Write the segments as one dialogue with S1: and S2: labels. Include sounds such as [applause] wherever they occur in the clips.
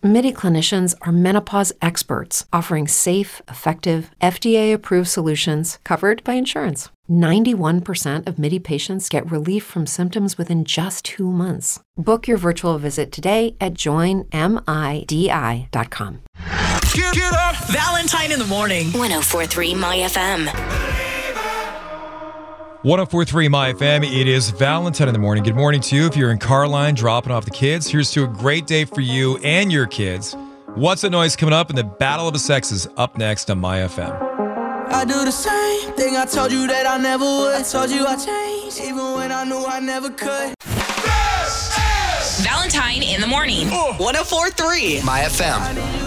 S1: MIDI clinicians are menopause experts, offering safe, effective, FDA approved solutions covered by insurance. 91% of MIDI patients get relief from symptoms within just two months. Book your virtual visit today at joinmidi.com.
S2: Get, get up! Valentine in the morning.
S3: 1043 My FM.
S4: 1043 My FM, it is Valentine in the morning. Good morning to you. If you're in car line dropping off the kids, here's to a great day for you and your kids. What's the noise coming up in the Battle of the Sexes up next on My FM.
S5: I do the same thing I told you that I never would. I told you I changed, even when I knew I never could.
S3: Valentine in the morning.
S2: 1043.
S6: My FM.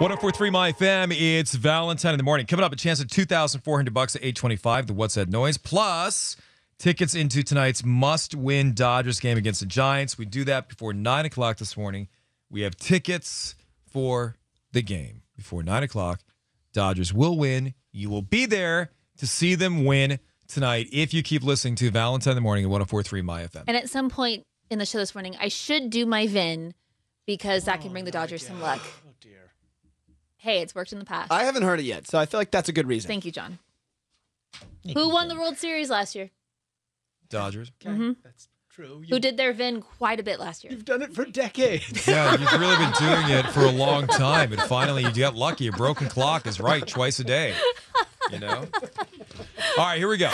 S4: 1043 My FM, it's Valentine in the morning. Coming up, a chance at 2400 bucks at 825, the What's That Noise, plus tickets into tonight's must win Dodgers game against the Giants. We do that before 9 o'clock this morning. We have tickets for the game before 9 o'clock. Dodgers will win. You will be there to see them win tonight if you keep listening to Valentine in the morning at 1043 My FM.
S7: And at some point in the show this morning, I should do my VIN because that can bring the Dodgers some luck. Oh dear. Hey, it's worked in the past.
S6: I haven't heard it yet, so I feel like that's a good reason.
S7: Thank you, John. Who won the World Series last year? Mm-hmm.
S4: Dodgers.
S5: That's true.
S7: Who did their VIN quite a bit last year?
S5: You've done it for decades.
S4: Yeah, you've really been doing it for a long time, and finally you got lucky. A broken clock is right twice a day. You know. All right, here we go.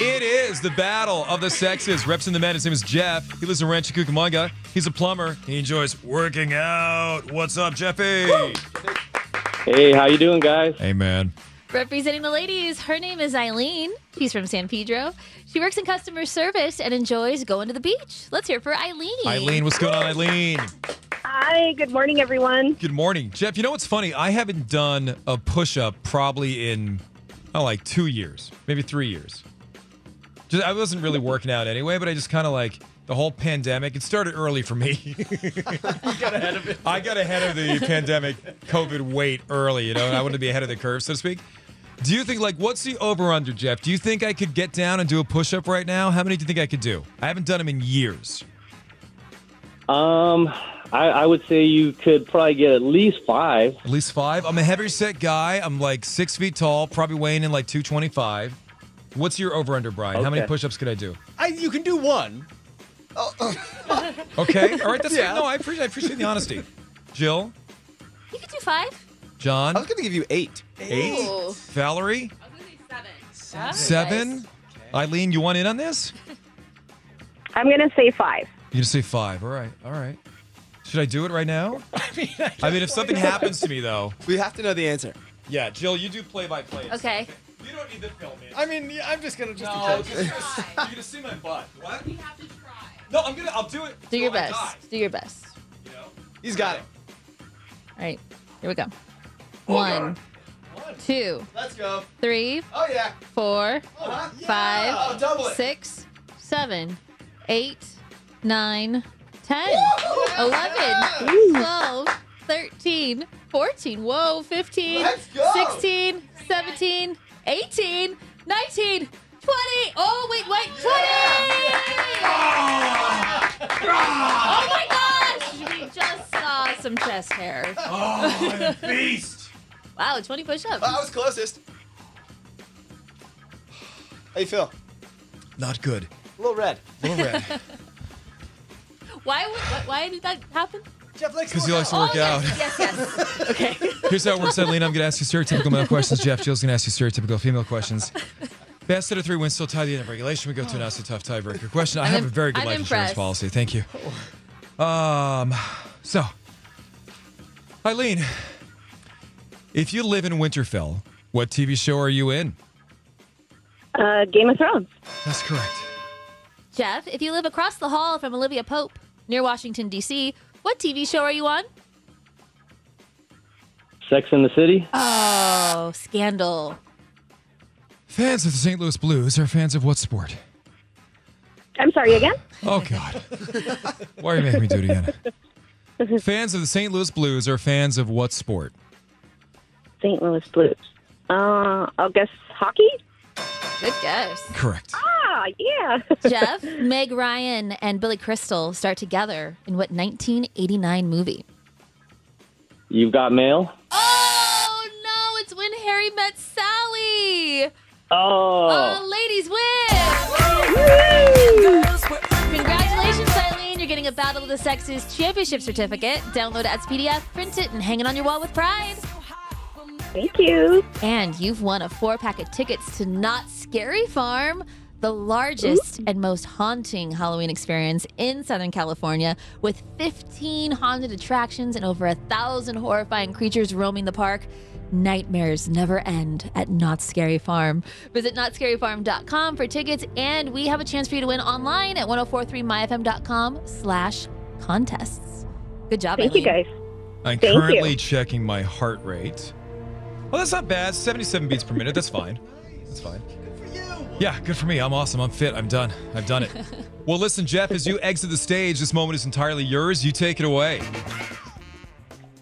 S4: It is the battle of the sexes. Reps in the men. His name is Jeff. He lives in Rancho Cucamonga. He's a plumber. He enjoys working out. What's up, Jeffy?
S8: Hey, how you doing, guys?
S4: Hey, man.
S7: [laughs] Representing the ladies, her name is Eileen. She's from San Pedro. She works in customer service and enjoys going to the beach. Let's hear for Eileen.
S4: Eileen, what's going on, Eileen?
S9: Hi, good morning, everyone.
S4: Good morning, Jeff. You know what's funny? I haven't done a push up probably in, oh, like two years, maybe three years. Just, I wasn't really working out anyway, but I just kind of like the whole pandemic. It started early for me. [laughs]
S5: Got ahead of it.
S4: I got ahead of the pandemic COVID weight early, you know, and I wanted to be ahead of the curve, so to speak. Do you think, like, what's the over under, Jeff? Do you think I could get down and do a push up right now? How many do you think I could do? I haven't done them in years.
S8: Um, I, I would say you could probably get at least five.
S4: At least five. I'm a heavier set guy. I'm like six feet tall, probably weighing in like 225. What's your over under, Brian? How many
S8: Okay.
S4: push ups could I do?
S5: I, you can do one.
S4: [laughs] Okay. All right. That's
S6: Yeah.
S4: No, I appreciate, I appreciate the honesty. Jill,
S7: You could do five.
S4: John,
S6: I was gonna give you eight.
S4: eight.
S7: Ooh.
S4: Valerie,
S7: That's
S4: seven.
S7: nice.
S4: Eileen, you want in on this?
S9: I'm going to say five.
S4: You just say five. All right. All right. Should I do it right now? I mean, if something happens to me, though.
S6: We have to know the answer.
S4: Yeah, Jill, you do play by play.
S7: Okay.
S4: You don't need to film it.
S5: I mean, yeah, I'm just gonna just.
S4: just,
S6: [laughs]
S4: you're gonna see my butt. What? We have to try. No, I'm gonna. I'll do it.
S7: Do your
S5: Oh
S4: till I
S7: best.
S4: die,
S7: Do your best.
S4: you know?
S6: He's got it.
S7: All right. Here we go. One, two,
S6: Let's go.
S7: three,
S6: Oh yeah.
S7: four,
S6: Oh, double
S7: five,
S6: it.
S7: six, seven, eight, nine, ten, eleven, twelve, thirteen, fourteen. Whoa, fifteen,
S6: Let's go.
S7: sixteen, seventeen, eighteen, nineteen, twenty. Oh wait, wait, twenty! Oh my gosh! We just saw some chest hair.
S4: Oh, I'm a beast.
S7: Wow, twenty push-ups.
S6: I was closest. How you feel?
S4: Not good.
S6: A little red.
S4: A little red. [laughs]
S7: Why would why- why did that happen?
S6: Jeff likes
S4: Because he likes to work
S7: oh,
S4: out.
S7: Yes, yes, yes.
S4: [laughs] Here's how it works, Eileen. I'm gonna ask you stereotypical male questions. Jeff, Jill's gonna ask you stereotypical female questions. Best out of three wins, still tie the end of regulation. We go to an absolute tough tiebreaker question. I
S7: I'm
S4: have a
S7: im-
S4: very good
S7: I'm
S4: life insurance
S7: impressed.
S4: policy. Thank you. Um, So, Eileen, if you live in Winterfell, what TV show are you in?
S9: Uh, Game of Thrones.
S4: That's correct.
S7: Jeff, if you live across the hall from Olivia Pope near Washington, D.C., what TV show are you on?
S8: Sex in the City.
S7: Oh, Scandal.
S4: Fans of the St. Louis Blues are fans of what sport?
S9: I'm sorry, again?
S4: Oh, God. Why are you making me do it again?
S9: [laughs]
S4: fans of the St. Louis Blues are fans of what sport?
S9: St. Louis Blues. Uh, I'll guess hockey?
S7: Good [laughs] guess.
S4: Correct.
S9: Ah, yeah.
S7: Jeff, Meg Ryan, and Billy Crystal start together in what 1989 movie?
S8: You've got mail.
S7: Oh, no, it's when Harry met Sally.
S8: Oh.
S7: Uh, ladies win! Congratulations, Eileen. You're getting a Battle of the Sexes championship certificate. Download it as PDF, print it, and hang it on your wall with pride.
S9: Thank you.
S7: And you've won a four pack of tickets to Not Scary Farm, the largest and most haunting Halloween experience in Southern California, with 15 haunted attractions and over a thousand horrifying creatures roaming the park. Nightmares never end at Not Scary Farm. Visit notscaryfarm.com for tickets, and we have a chance for you to win online at 1043myfm.com slash contests. Good job,
S9: Thank you,
S7: Eileen.
S9: guys.
S4: I'm
S7: Thank
S4: currently
S7: you.
S4: checking my heart rate. Well, that's not bad. 77 beats per minute. That's fine. That's fine. Yeah, good for me. I'm awesome. I'm fit. I'm done. I've
S9: [laughs]
S4: done it. well, listen, Jeff, as you exit the stage, this moment is entirely yours. You take it away.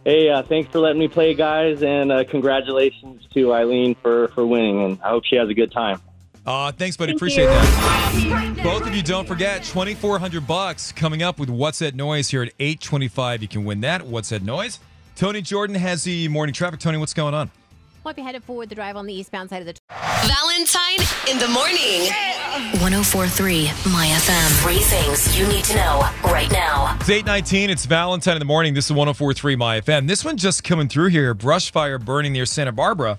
S8: Hey, uh, thanks for letting me play, guys, and uh, congratulations to Eileen for, for winning. And I hope she has a good time.
S4: Uh, thanks, buddy. Appreciate that. Both of you, don't forget, 2400 bucks coming up with What's That Noise here at 825. You can win that. What's That Noise? Tony Jordan has the morning traffic. Tony, what's going on?
S10: Might be headed forward the drive on the eastbound side of the.
S3: Valentine in the morning. 1043 My FM. Three things you need to know right now.
S4: It's 819. It's Valentine in the morning. This is 1043 My FM. This one just coming through here. Brush fire burning near Santa Barbara.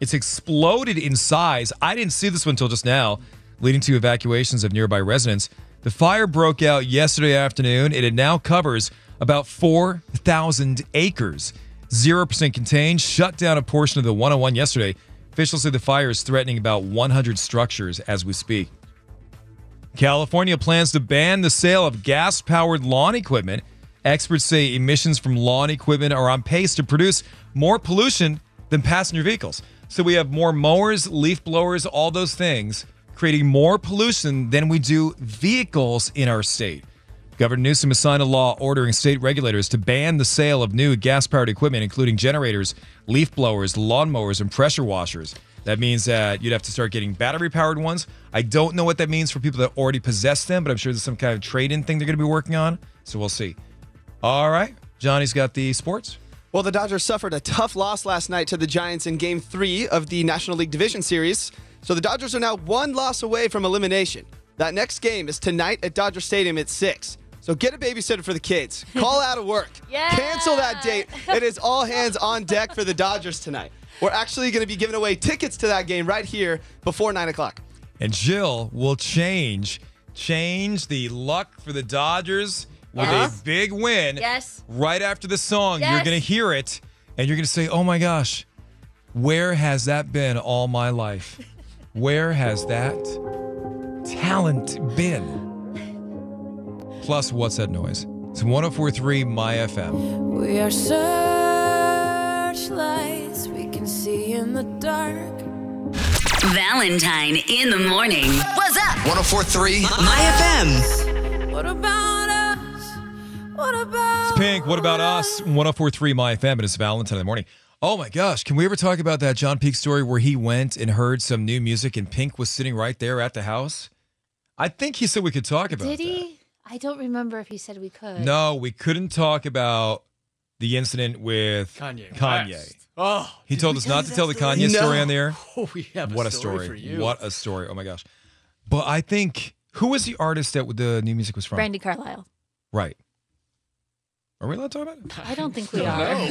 S4: It's exploded in size. I didn't see this one until just now, leading to evacuations of nearby residents. The fire broke out yesterday afternoon, and it now covers about 4,000 acres. 0% contained, shut down a portion of the 101 yesterday. Officials say the fire is threatening about 100 structures as we speak. California plans to ban the sale of gas powered lawn equipment. Experts say emissions from lawn equipment are on pace to produce more pollution than passenger vehicles. So we have more mowers, leaf blowers, all those things creating more pollution than we do vehicles in our state. Governor Newsom has signed a law ordering state regulators to ban the sale of new gas powered equipment, including generators, leaf blowers, lawnmowers, and pressure washers. That means that you'd have to start getting battery powered ones. I don't know what that means for people that already possess them, but I'm sure there's some kind of trade in thing they're going to be working on. So we'll see. All right. Johnny's got the sports.
S6: Well, the Dodgers suffered a tough loss last night to the Giants in game three of the National League Division Series. So the Dodgers are now one loss away from elimination. That next game is tonight at Dodger Stadium at 6. So get a babysitter for the
S7: [laughs]
S6: kids. Call out of work. Cancel that date. It is all hands on deck for the Dodgers tonight. We're actually going to be giving away tickets to that game right here before 9 o'clock.
S4: And Jill will change change the luck for the Dodgers with
S7: Yes.
S4: a big win.
S7: Uh-huh. Yes.
S4: Right after the song, you're
S7: Yes.
S4: going to hear it and you're going to say, "Oh my gosh, where has that been all my life? Where has that talent been?" Plus, what's that noise? It's 1043 My FM.
S11: We are searchlights we can see in the dark.
S3: Valentine in the morning. What's up?
S12: 1043
S3: My FM.
S11: What about us? What about
S4: It's Pink. What about us? 1043 My FM. It is Valentine in the morning. Oh my gosh, can we ever talk about that John Peak story where he went and heard some new music and Pink was sitting right there at the house? I think he said we could talk about
S7: Did
S4: that.
S7: he? I don't remember if he said we could.
S4: No, we couldn't talk about the incident with
S13: Kanye.
S4: Kanye.
S13: West. Oh,
S12: [laughs]
S4: He
S13: did
S4: told
S13: we
S4: us
S13: tell
S4: not
S13: you
S4: to
S13: that
S4: tell the
S13: story?
S4: Kanye
S13: No.
S4: story on the air.
S13: Oh, we have a
S4: what
S13: story
S4: a
S13: for
S4: story!
S13: you.
S4: What a story! Oh my gosh! But I think who was the artist that the new music was from?
S7: Brandy Carlisle.
S4: Right. Are we allowed to talk about it?
S7: I don't think we
S13: Don't
S7: are.
S13: know.
S7: I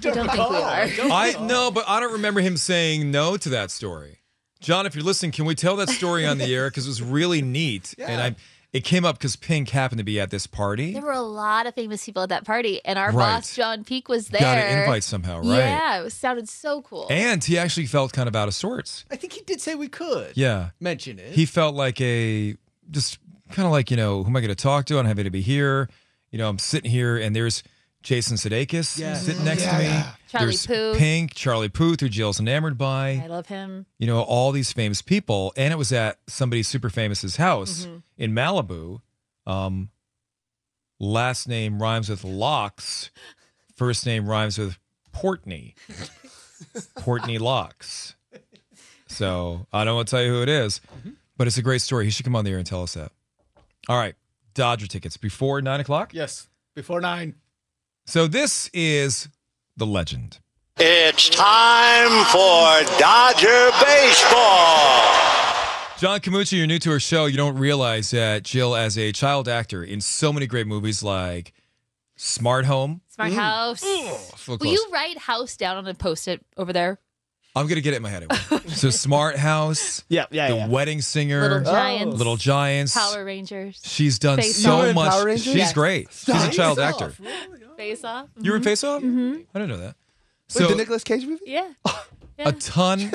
S7: don't
S6: [laughs]
S7: think we are.
S4: I no, but I don't remember him saying
S7: [laughs]
S4: no to that story. John, if you're listening, can we tell that story on the air? Because it was really neat, and I It came up because Pink happened to be at this party.
S7: There were a lot of famous people at that party, and our
S4: Right.
S7: boss John Peak was there.
S4: Got an invite somehow, right?
S7: Yeah, it was, sounded so cool.
S4: And he actually felt kind of out of sorts.
S12: I think he did say we could.
S4: Yeah.
S12: Mention it.
S4: He felt like a just kind of like, you know, who am I going to talk to? I'm happy to be here. You know, I'm sitting here and there's Jason Sudeikis
S7: Yes.
S4: sitting next
S7: Yeah,
S4: to me.
S7: yeah. Charlie
S4: there's
S7: Puth.
S4: Pink, Charlie Puth, who Jill's enamored by.
S7: I love him.
S4: you know, all these famous people. And it was at somebody super famous's house
S7: Mhm.
S4: in Malibu. Um, last name rhymes with Locks. First name rhymes with Portney. Portney Locks. So I don't want to tell you who it is, but it's a great story. He should come on the air and tell us that. All right. Dodger tickets before nine o'clock.
S12: Yes. Before nine.
S4: So this is the legend.
S13: It's time for Dodger Baseball.
S4: John Camucci, you're new to our show. You don't realize that Jill, as a child actor in so many great movies like Smart Home,
S7: Smart house.
S4: so
S7: Will
S4: close.
S7: you write house down on a post it over there?
S4: I'm gonna get it in my head. anyway. so Smart House,
S6: yeah, yeah,
S4: The Wedding Singer,
S7: Little Giants.
S4: Oh. Little Giants.
S7: Power Rangers.
S4: She's done
S7: Face Off.
S4: so much. She's
S7: Yes.
S4: great. She's a child actor.
S7: Face Off.
S4: You were in Face Off?
S7: Mhm.
S4: I didn't know that.
S6: Wait,
S4: So
S6: the Nicolas Cage movie?
S4: [laughs]
S7: Yeah.
S4: a [laughs] ton.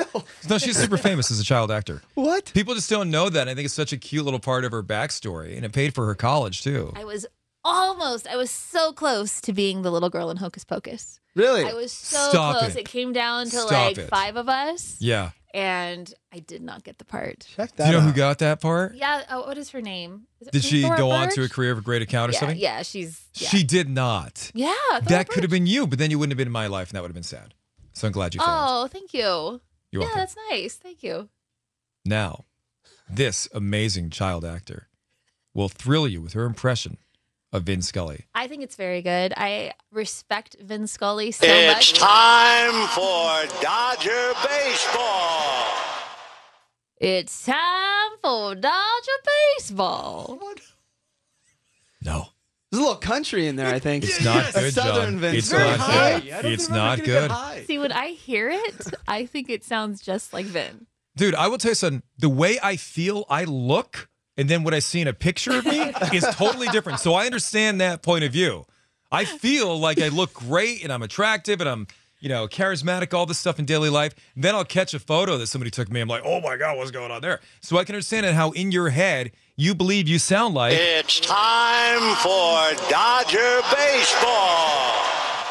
S4: No, she's super famous as a child actor.
S6: What?
S4: People just don't know that. and I think it's such a cute little part of her backstory, and it paid for her college too.
S7: I was almost, I was so close to being the little girl in Hocus Pocus.
S4: Really?
S7: I was so
S4: Stop
S7: close.
S4: it.
S7: It. came down to
S4: Stop
S7: like
S4: it.
S7: five of us.
S4: Yeah.
S7: And I did not get the part.
S6: Check
S4: Do you know who got that uh, part?
S7: Yeah. Oh, what is her name? Is it
S4: Did she
S7: Thora
S4: go on
S7: Birch?
S4: to a career of a great account or
S7: yeah,
S4: something?
S7: Yeah, she's. Yeah.
S4: She did not.
S7: yeah Thora
S4: that
S7: Birch.
S4: could have been you, but then you wouldn't have been in my life, and that would have been sad. So I'm glad you failed.
S7: Oh, thank you.
S4: You're
S7: yeah,
S4: welcome.
S7: that's nice. Thank you.
S4: Now, this amazing child actor will thrill you with her impression of Vin Scully.
S7: I think it's very good. I respect Vin Scully so
S13: It's
S7: much.
S13: time for Dodger Baseball.
S7: It's time for Dodger baseball.
S4: No.
S6: There's a little country in there, I think.
S4: It's not
S6: A
S4: good,
S6: Southern
S4: John.
S6: Vince
S4: It's
S6: Vaughn.
S4: not good. It's not good.
S7: See, when I hear it, I think it sounds just like Vin.
S4: Dude, I will tell you something. The way I feel, I look, and then what I see in a picture of me is totally different. So I understand that point of view. I feel like I look great and I'm attractive and I'm, you know, charismatic, all this stuff in daily life. then I'll catch a photo that somebody took of me. I'm like, oh my God, what's going on there? So I can understand it how in your head you believe you sound like.
S13: It's time for Dodger Baseball.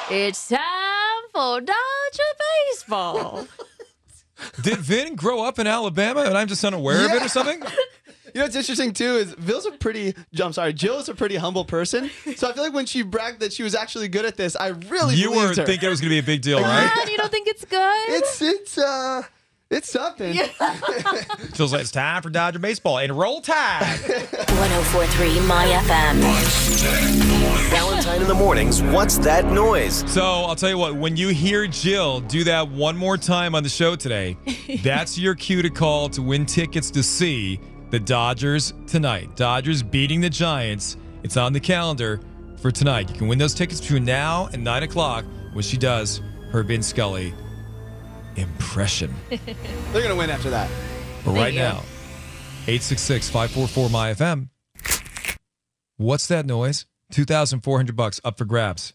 S7: It's time for Dodger baseball.
S4: Did Vin grow up in Alabama and I'm just unaware of it or something?
S6: You know what's interesting too is Bill's a pretty. I'm sorry, Jill's a pretty
S14: [laughs]
S6: humble person. So I feel like when she bragged that she was actually good at this, I really
S4: You were
S6: believed her.
S4: thinking it was going to be a big deal, right?
S7: [laughs] you don't think it's good?
S6: It's it's uh it's something.
S4: So it's like, it's time for Dodger Baseball and roll tide.
S3: 1043 My FM.
S13: Valentine in the mornings. What's that noise?
S4: So I'll tell you what, when you hear Jill do that one more time on the show today, that's your cue to call to win tickets to see the Dodgers tonight. Dodgers beating the Giants. It's on the calendar for tonight. You can win those tickets between now and 9 o'clock when she does her Vin Scully impression.
S6: They're gonna win after that.
S4: But right
S6: you.
S4: now, 866 544 MyFM. What's that noise? 2,400 bucks up for grabs.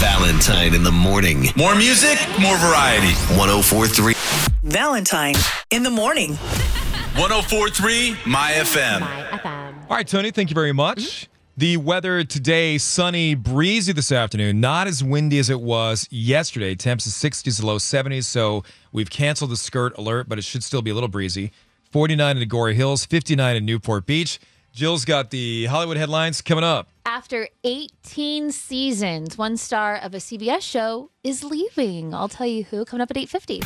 S13: Valentine in the morning. oh More music, more variety. 1043.
S2: Valentine in the morning.
S13: 1043 My FM.
S4: All right, Tony, thank you very much. The weather today, sunny, breezy this afternoon, not as windy as it was yesterday. Temps is 60s, low 70s, so we've canceled the skirt alert, but it should still be a little breezy. 49 in Agora Hills, 59 in Newport Beach. Jill's got the Hollywood headlines coming up.
S7: After 18 seasons, one star of a CBS show is leaving. I'll tell you who coming up at 8:50.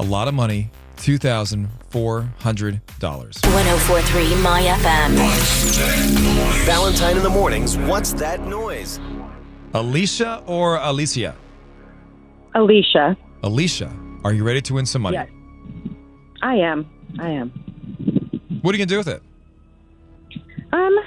S4: A lot of money, $2,400.
S3: 1043 My FM.
S13: Valentine in the mornings. What's that noise?
S4: Alicia or Alicia?
S9: Alicia.
S4: Alicia, are you ready to win some money?
S9: Yes. I am. I am.
S4: What are you going to do with it?
S9: Um,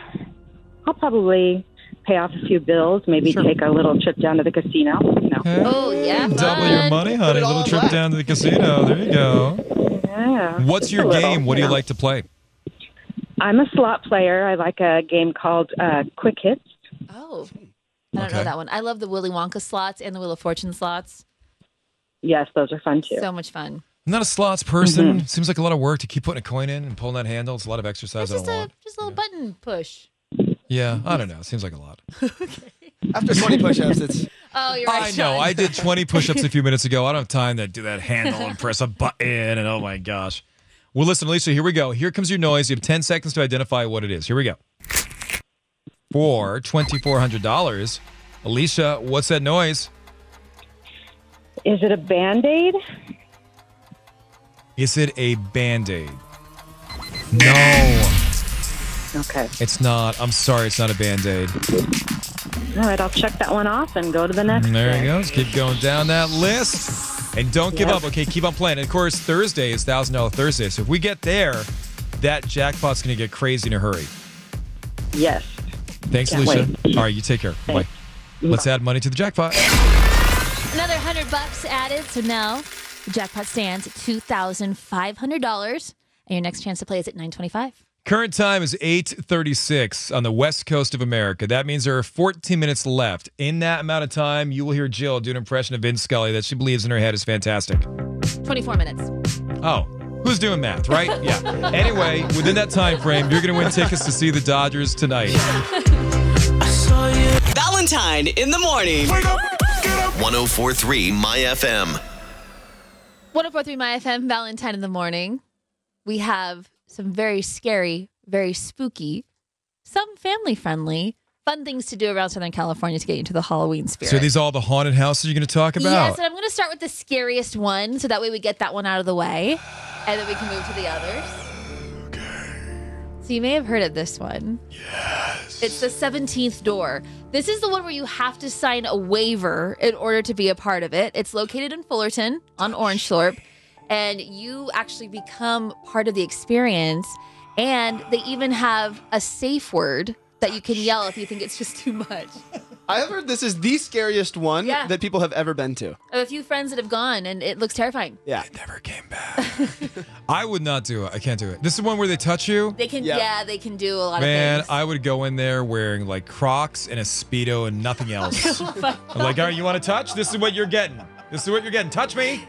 S9: I'll probably pay off a few bills, maybe take a little trip down to the casino. You know.
S7: Oh, yeah.
S4: Double your money, honey. Little trip down to the casino. There you go.
S9: Yeah.
S4: What's
S9: just
S4: your
S9: a little,
S4: game? What do you
S9: know.
S4: like to play?
S9: I'm a slot player. I like a game called uh, Quick Hits.
S7: Oh, I don't know
S9: Okay.
S7: that one. I love the Willy Wonka slots and the Wheel of Fortune slots.
S9: Yes, those are fun too.
S7: So much fun.
S4: I'm not a slots person. Seems like a lot of work to keep putting a coin in and pulling that handle. It's a lot of exercise. I don't want.
S7: Just a little button push.
S4: Yeah, I don't know. It seems like a lot.
S6: After 20 push-ups, it's
S7: Oh, you're right.
S4: I know.
S7: Sean.
S4: I did 20 push-ups a few minutes ago. I don't have time to do that handle and press a button. And oh my gosh. Well, listen, Alicia. Here we go. Here comes your noise. You have 10 seconds to identify what it is. Here we go. For twenty-four hundred dollars, Alicia, what's that noise?
S9: Is it a band aid?
S4: Is it a band-aid? No,
S9: Okay.
S4: it's not. I'm sorry, it's not a band-aid.
S9: All right, I'll check that one off and go to the next.
S4: Mm, There he goes. Keep going down that list. And don't give
S9: Yep.
S4: up, okay? Keep on playing. And of course, Thursday is $1,000 Thursday. So if we get there, that jackpot's going to get crazy in a hurry.
S9: Yes.
S4: Thanks,
S9: Can't
S4: Alicia. All right, you take care. Bye. Let's add money to the jackpot.
S7: Another hundred bucks added. So now the jackpot stands at two thousand five hundred dollars, and your next chance to play is at nine twenty-five.
S4: Current time is 8:36 on the west coast of America. That means there are 14 minutes left. In that amount of time, you will hear Jill do an impression of Vin Scully that she believes in her head is fantastic.
S7: Twenty-four minutes.
S4: Oh, who's doing math, right? Yeah. Anyway, within that time frame, you're going to win tickets to see the Dodgers tonight.
S2: Valentine in the morning.
S13: 1043 My FM.
S7: 1043 My FM, Valentine in the morning. We have some very scary, very spooky, some family friendly, fun things to do around Southern California to get you into the Halloween spirit.
S4: So are these all the haunted houses you're going to talk about?
S7: Yes, and I'm going to start with the scariest one so that way we get that one out of the way and then we can move to the others. So you may have heard of this one. Yes. It's the 17th door. This is the one where you have to sign a waiver in order to be a part of it. It's located in Fullerton on Orange Thorpe and you actually become part of the experience and they even have a safe word that you can yell if you think it's just too much.
S6: I have heard this is the scariest one that people have ever been to.
S7: I have a few friends that have gone and it looks terrifying.
S6: Yeah.
S4: I would not do it. I can't do it. This is one where they touch you.
S7: They can,
S4: Yeah.
S7: yeah, they can do a lot
S4: Man,
S7: of things.
S4: I would go in there wearing like Crocs and a Speedo and nothing
S7: [laughs]
S4: else.
S7: Oh
S4: I'm like, all right, you want to touch? This is what you're getting. This is what you're getting. Touch me.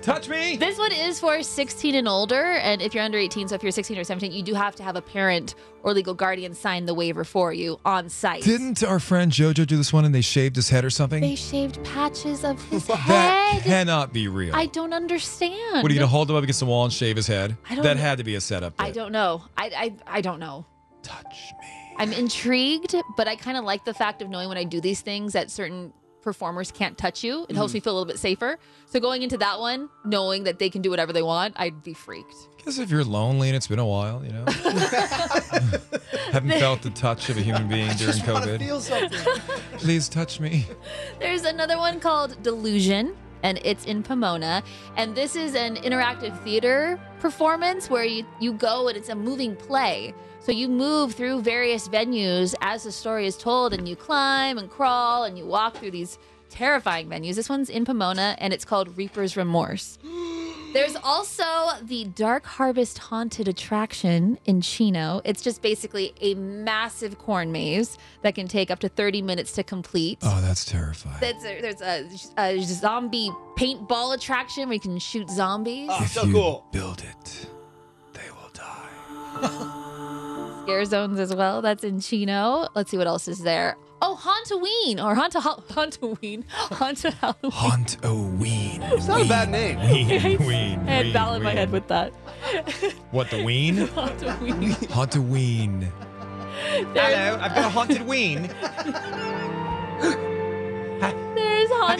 S4: Touch me.
S7: This one is for 16 and older, and if you're under 18, so if you're 16 or 17, you do have to have a parent or legal guardian sign the waiver for you on site.
S4: Didn't our friend JoJo do this one and they shaved his head or something?
S7: They shaved patches of his
S4: that
S7: head.
S4: cannot be real.
S7: I don't understand.
S4: what are you gonna hold him up against the wall and shave his head?
S7: I don't
S4: that
S7: know.
S4: had to be a setup.
S7: I don't know. I, I I don't know. Touch me. I'm intrigued, but I kind of like the fact of knowing when I do these things that certain performers can't touch you. It helps
S4: Mhm.
S7: me feel a little bit safer. So going into that one, knowing that they can do whatever they want, I'd be freaked.
S4: Because if you're lonely and it's been a
S7: [laughs]
S4: while, you know, haven't felt the touch of a human being during COVID. Please touch me.
S7: There's another one called Delusion, and it's in Pomona. And this is an interactive theater performance where you, you go and it's a moving play. So you move through various venues as the story is told, and you climb and crawl and you walk through these terrifying venues. This one's in Pomona, and it's called Reaper's Remorse. There's also the Dark Harvest Haunted Attraction in Chino. It's just basically a massive corn maze that can take up to 30 minutes to complete.
S4: Oh, that's terrifying.
S7: That's a, there's a, a zombie paintball attraction where you can shoot zombies.
S4: Ah,
S6: so cool.
S4: Build it.
S7: Scare zones as well. That's in Chino. Let's see what else is there. Oh, Hauntoween or Haunta Hauntoween, [laughs] Haunta Halloween.
S4: Haunt a ween. It's
S6: not a bad name.
S7: [laughs] Right?
S4: Ween, ween,
S7: I had
S4: ween,
S7: Val in my
S4: ween.
S7: head with that.
S4: What the
S7: [laughs]
S4: ween?
S7: Hauntoween.
S4: Haunt a ween. Hello, I've got a
S7: [laughs]
S4: haunted ween.
S7: There's
S4: Have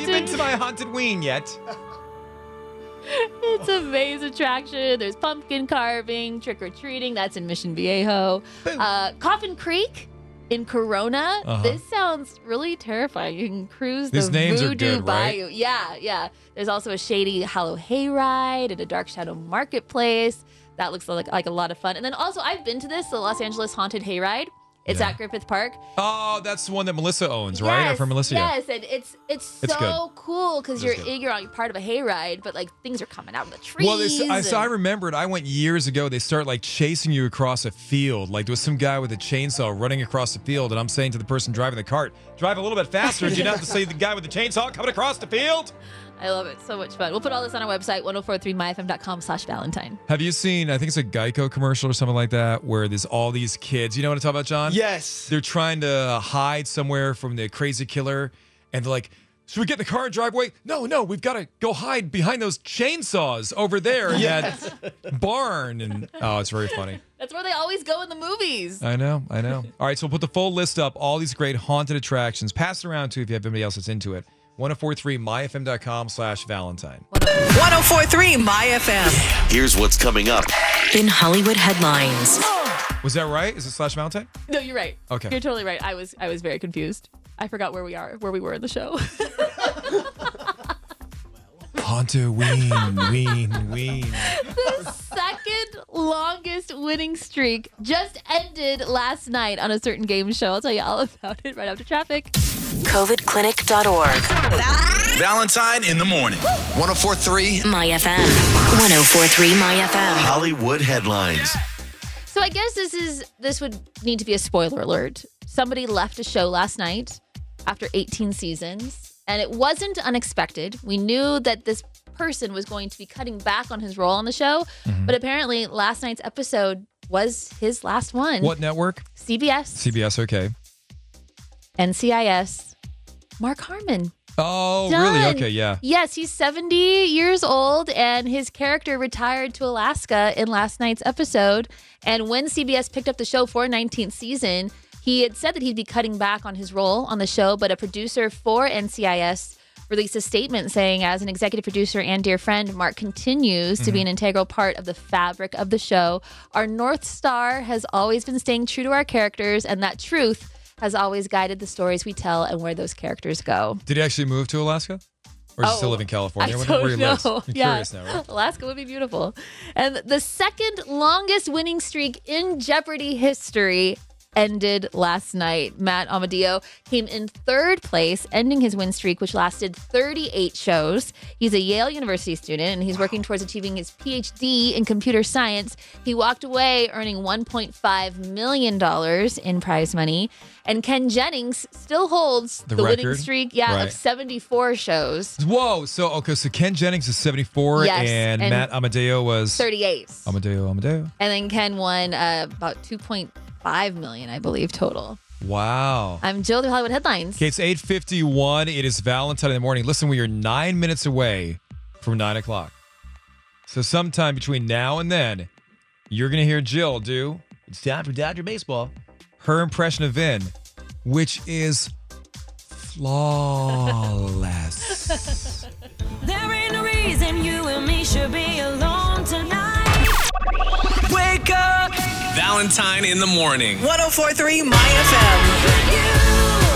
S4: you
S7: haunted.
S4: been to my haunted ween yet?
S7: it's a maze attraction. There's pumpkin carving, trick or treating. That's in Mission Viejo. Uh, Coffin Creek in Corona.
S4: Uh-huh.
S7: This sounds really terrifying. You can cruise
S4: These
S7: the
S4: names are
S7: Voodoo
S4: good, right?
S7: Bayou. Yeah, yeah. There's also a shady Hallow Hayride and a Dark Shadow Marketplace. That looks like, like a lot of fun. And then also, I've been to this, the Los Angeles Haunted Hayride. It's
S4: Yeah.
S7: at Griffith Park.
S4: Oh, that's the one that Melissa owns, right? Or from Melissa?
S7: Yes, and it's it's,
S4: It's
S7: so cool because
S4: It's
S7: you're
S4: good.
S7: you're on part of a hayride, but like things are coming out of the trees.
S4: Well, they, s- I, so I
S7: and-
S4: remembered. I went years ago. They start like chasing you across a field. Like there was some guy with a chainsaw running across the field, and I'm saying to the person driving the cart, "Drive a little bit faster." Do you not have to see the guy with the chainsaw coming across the field?
S7: I love it. So much fun. We'll put all this on our website, 1043myfm.com slash Valentine.
S4: Have you seen? I think it's a Geico commercial or something like that, where there's all these kids. You know what I'm talking about, John?
S6: Yes.
S4: They're trying to hide somewhere from the crazy killer, and they're like, "Should we get in the car and drive away?" No, no, we've got to go hide behind those chainsaws over there in
S7: Yes.
S4: that barn. And oh, it's very funny.
S7: That's where they always go in the movies. [laughs]
S4: I know, I know. All right, so we'll put the full list up, all these great haunted attractions. Pass it around too if you have anybody else that's into it. 1043myfm.com slash Valentine.
S3: 1043 MyFM.
S13: Here's what's coming up.
S3: In Hollywood headlines.
S4: Was that right? Is it slash mountain?
S7: No, you're right.
S4: Okay.
S7: You're totally right. I was I was very confused. I forgot where we are, where we were in the show. [laughs]
S4: Haunter ween, ween, ween.
S7: the second longest winning streak just ended last night on a certain game show. I'll tell you all about it right after traffic.
S3: COVIDclinic.org.
S13: Valentine in the morning. 1043
S3: My FM. 1043 My FM.
S13: Hollywood headlines.
S7: So I guess this is this would need to be a spoiler alert. Somebody left a show last night after 18 seasons, and it wasn't unexpected. We knew that this person was going to be cutting back on his role on the show, but apparently last night's episode was his last one.
S4: What network?
S7: CBS,
S4: CBS, okay.
S7: NCIS, Mark Harmon.
S4: Oh,
S7: Done.
S4: really? Okay, yeah.
S7: Yes, he's 70 years old, and his character retired to Alaska in last night's episode. And when CBS picked up the show for 19th season, he had said that he'd be cutting back on his role on the show, but a producer for NCIS released a statement saying, as an executive producer and dear friend, Mark continues to be an
S4: Mm-hmm.
S7: integral part of the fabric of the show. Our North Star has always been staying true to our characters, and that truth has always guided the stories we tell and where those characters go.
S4: Did he actually move to Alaska? Or is he still
S7: Oh,
S4: live in California?
S7: I
S4: wonder
S7: don't
S4: where he
S7: know.
S4: lives. I'm
S7: yeah.
S4: curious now, right?
S7: Alaska would be beautiful. And the second longest winning streak in Jeopardy history ended last night. Matt Amadio came in third place, ending his win streak, which lasted 38 shows. He's a Yale University student and he's working towards achieving his PhD in computer science. He walked away earning $1.5 million in prize money. And Ken Jennings still holds
S4: The
S7: the, winning
S4: record?
S7: streak, yeah,
S4: Right.
S7: of 74 shows.
S4: Whoa, so okay, so Ken Jennings is 74
S7: Yes,
S4: and,
S7: and
S4: Matt Amadeo was
S7: 38.
S4: Amadeo, Amadeo.
S7: And then Ken won uh, about 2.5 million, I believe, total.
S4: Wow.
S7: I'm Jill with Hollywood Headlines.
S4: Okay, it's 8.51. It is Valentine in the morning. Listen, we are nine minutes away from 9 o'clock. So sometime between now and then, you're going to hear Jill do, it's time for Dodger Baseball, her impression of Vin, which is flawless.
S11: There ain't no reason you and me should be alone tonight. Wake up!
S13: [laughs] Valentine in the morning.
S2: 1043 My FM.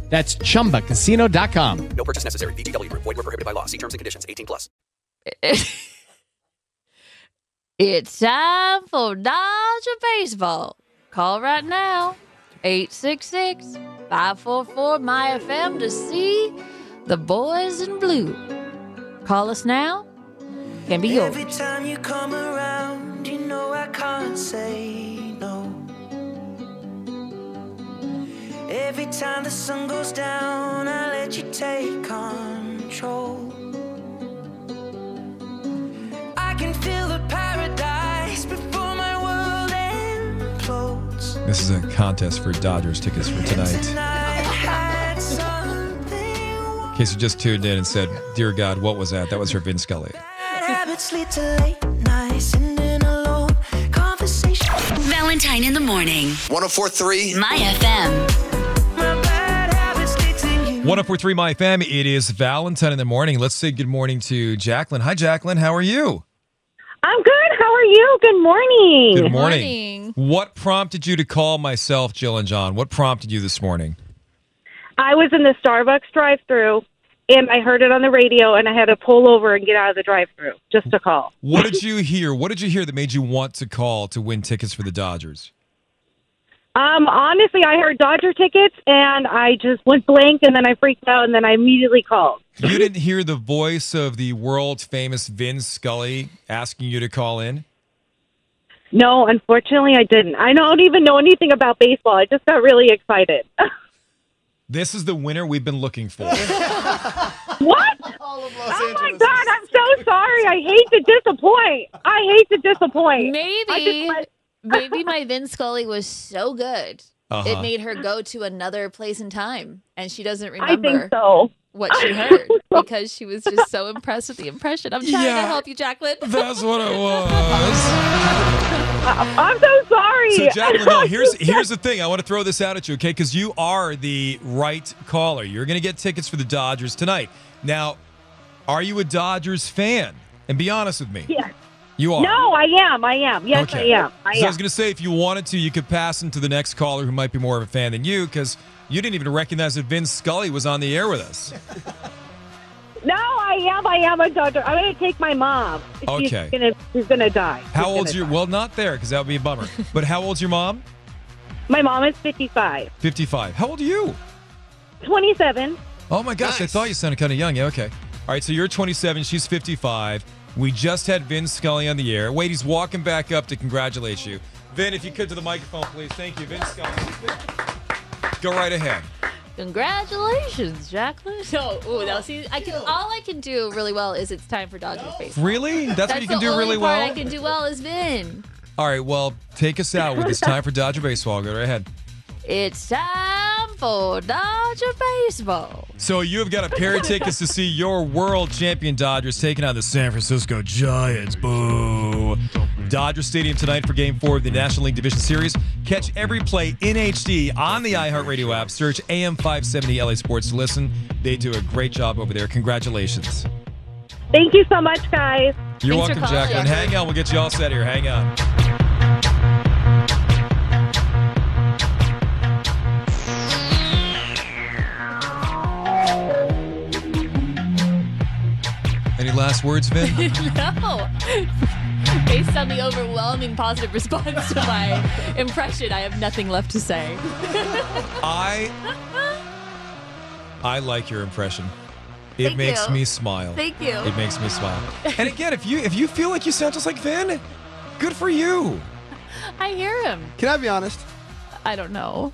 S15: That's chumbacasino.com.
S16: No purchase necessary. VGW Group. Void were prohibited by law. See terms and conditions. 18 plus.
S7: [laughs] It's time for Dodger Baseball. Call right now, 866 544 MyFM to see the boys in blue. Call us now, can be yours.
S5: Every time you come around, you know I can't say no. Every time the sun goes down, I let you take control. I can feel the paradise before my world implodes.
S4: This is a contest for Dodgers tickets for tonight.
S5: Tonight had something
S4: In case you just tuned in and said, Dear God, what was that? That was her Vin Scully.
S5: Bad habits lead to late nights, ending alone. Conversation.
S3: Valentine in the morning.
S13: 1043
S3: My FM.
S4: 1043 My FM. It is Valentine in the morning. Let's say good morning to Jacqueline. Hi, Jacqueline. How are you?
S14: I'm good. How are you? Good morning.
S4: Good morning. What prompted you to call myself, Jill and John? What prompted you this morning?
S14: I was in the Starbucks drive-through and I heard it on the radio and I had to pull over and get out of the drive-through just to call.
S4: What did you hear? What did you hear that made you want to call to win tickets for the Dodgers?
S14: Um, honestly, I heard Dodger tickets and I just went blank and then I freaked out and then I immediately called.
S4: You didn't hear the voice of the world famous Vin Scully asking you to call in?
S14: No, unfortunately, I didn't. I don't even know anything about baseball. I just got really excited. [laughs]
S4: This is the winner we've been looking for. [laughs]
S14: what? oh my God, I'm so sorry. I hate to disappoint. I hate to disappoint.
S7: Maybe, maybe my Vin Scully was so good
S4: Uh-huh.
S7: it made her go to another place and time, and she doesn't
S14: I
S7: remember
S14: think so. [laughs]
S7: what she heard because she was just so impressed with the impression. I'm trying
S4: Yeah.
S7: to help you, Jacqueline.
S4: That's what it was.
S14: I'm so sorry.
S4: So, Jacqueline,
S14: [laughs]
S4: no, here's here's the thing. I want to throw this out at you, okay? Because you are the right caller. You're going to get tickets for the Dodgers tonight. Now, are you a Dodgers fan? And be honest with me.
S14: Yes.
S4: You are.
S14: No, I am. I am. Yes, I am. I
S4: so I
S14: am.
S4: was going to say, if you wanted to, you could pass them to the next caller who might be more of a fan than you, because you didn't even recognize that Vin Scully was on the air with us.
S14: No, I am. I am a doctor. I'm going to take my mom.
S4: Okay.
S14: She's going to she's gonna die.
S4: How old's your? Well, not there, because that would be a bummer. But how old's your mom?
S14: My mom is 55.
S4: Fifty-five. How old are you?
S14: 27.
S4: Oh my gosh, I thought you sounded kind of young. Yeah, okay. All right, so you're 27, she's 55. We just had Vin Scully on the air. Wait, he's walking back up to congratulate you. Vin, if you could to the microphone, please. Thank you, Vin Scully. Go right ahead.
S7: Congratulations, Jacqueline. No, ooh, now see, I can all I can do really well is it's time for Dodger face.
S4: Really? That's, what you can
S7: the
S4: do
S7: only
S4: really
S7: part
S4: well?
S7: I can do well is Vin.
S4: All right, well, take us out with this time for Dodger Baseball. Go right ahead.
S7: It's time for Dodger baseball.
S4: So you have got a pair of tickets to see your world champion Dodgers taking on the San Francisco Giants. Boo! Dodger Stadium tonight for Game Four of the National League Division Series. Catch every play in HD on the iHeartRadio app. Search AM570 LA Sports to listen. They do a great job over there. Congratulations!
S14: Thank you so much, guys.
S4: You're welcome, Jacqueline. Hang on, we'll get you all set here. Hang on. Any last words, Vin?
S7: no. [laughs] Based on the overwhelming positive response to my impression, I have nothing left to say. [laughs]
S4: I I like your impression. It
S7: Thank
S4: makes
S7: you.
S4: me smile.
S7: Thank you.
S4: It makes
S7: [laughs]
S4: me smile. And again, if you if you feel like you sound just like Vin, good for you.
S7: I hear him.
S6: Can I be honest?
S7: I don't know.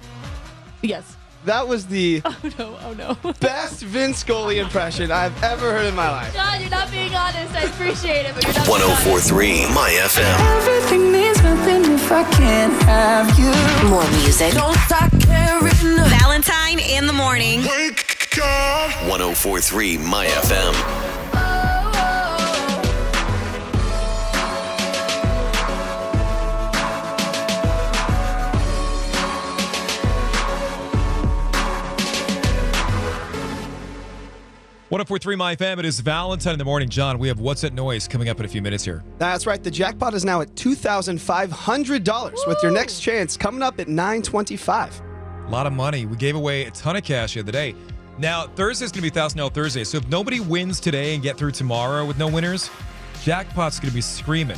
S7: Yes. [laughs]
S6: That was the
S7: Oh no, oh no.
S6: best Vin Scully impression I've ever heard in my life.
S7: John, you're not being honest. I appreciate it, but you're not
S13: 1043 My FM.
S2: Everything means nothing if I can't have you.
S3: More music.
S2: Don't stop caring.
S3: Valentine in the morning.
S13: 1043 My FM.
S4: One four three my fam, it is Valentine in the morning. John, we have What's That Noise coming up in a few minutes here.
S6: That's right. The jackpot is now at $2,500 with your next chance coming up at 925.
S4: A lot of money. We gave away a ton of cash the other day. Now, Thursday's going to be $1,000 Thursday. So if nobody wins today and get through tomorrow with no winners, Jackpot's going to be screaming.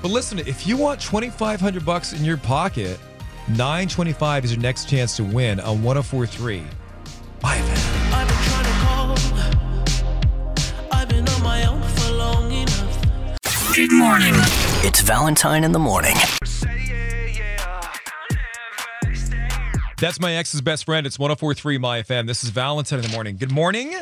S4: But listen, if you want 2500 bucks in your pocket, 925 is your next chance to win on 1043.
S2: I've been trying to call. I've been on my own for long enough.
S16: Good morning. It's Valentine in the morning.
S4: That's my ex's best friend. It's 1043 My FM. This is Valentine in the morning. Good morning.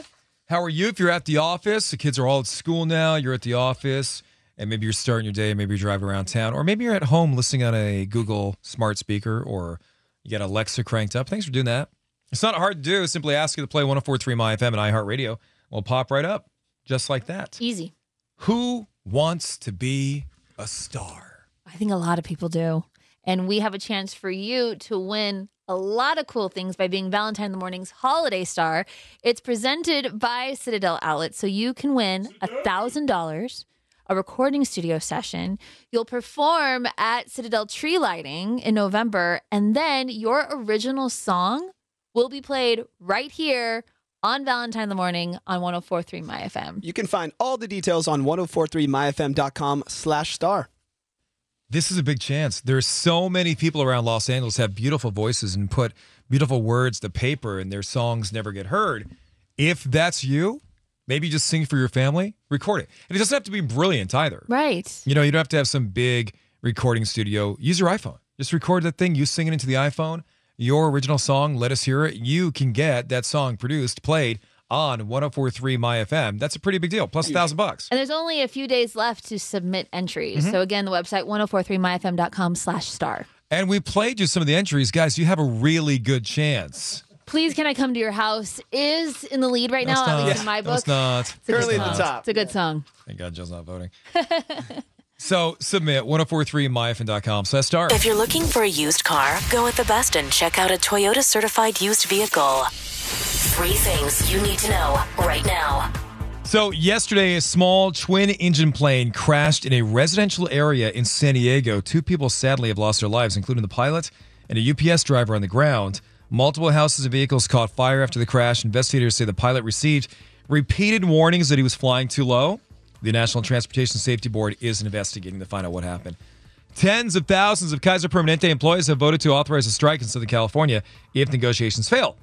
S4: How are you? If you're at the office, the kids are all at school now, you're at the office, and maybe you're starting your day, maybe you're driving around town, or maybe you're at home listening on a Google smart speaker or you got Alexa cranked up. Thanks for doing that. It's not hard to do. Simply ask you to play 1043 My FM and iHeartRadio. We'll pop right up just like that.
S7: Easy.
S4: Who wants to be a star?
S7: I think a lot of people do. And we have a chance for you to win a lot of cool things by being Valentine in the Morning's Holiday Star. It's presented by Citadel Outlet, so you can win $1,000, a recording studio session. You'll perform at Citadel Tree Lighting in November, and then your original song will be played right here on Valentine in the Morning on 1043 MyFM.
S6: You can find all the details on 1043myfm.com slash star.
S4: This is a big chance. There's so many people around Los Angeles have beautiful voices and put beautiful words to paper and their songs never get heard. If that's you, maybe just sing for your family, record it. And it doesn't have to be brilliant either.
S7: Right.
S4: You know, you don't have to have some big recording studio. Use your iPhone. Just record that thing. You sing it into the iPhone. Your original song, let us hear it. You can get that song produced, played on 1043 MyFM. That's a pretty big deal. Plus a thousand bucks.
S7: And there's only a few days left to submit entries. So again, the website 1043myfm.com slash star.
S4: And we played you some of the entries. Guys, you have a really good chance.
S7: Please Can I Come to Your House is in the lead right
S4: No,
S7: now,
S4: it's
S7: at least
S4: not.
S7: in my
S4: No,
S7: book.
S4: it's not.
S7: a good
S4: Currently at the
S7: song.
S4: top.
S7: It's a good song.
S4: Thank God Jill's not voting. [laughs] so submit 1043myfm.com slash star.
S3: If you're looking for a used car, go with the best and check out a Toyota certified used vehicle. Three things you need to know right now.
S4: So, yesterday, a small twin engine plane crashed in a residential area in San Diego. Two people sadly have lost their lives, including the pilot and a UPS driver on the ground. Multiple houses and vehicles caught fire after the crash. Investigators say the pilot received repeated warnings that he was flying too low. The National Transportation Safety Board is investigating to find out what happened. Tens of thousands of Kaiser Permanente employees have voted to authorize a strike in Southern California if negotiations fail.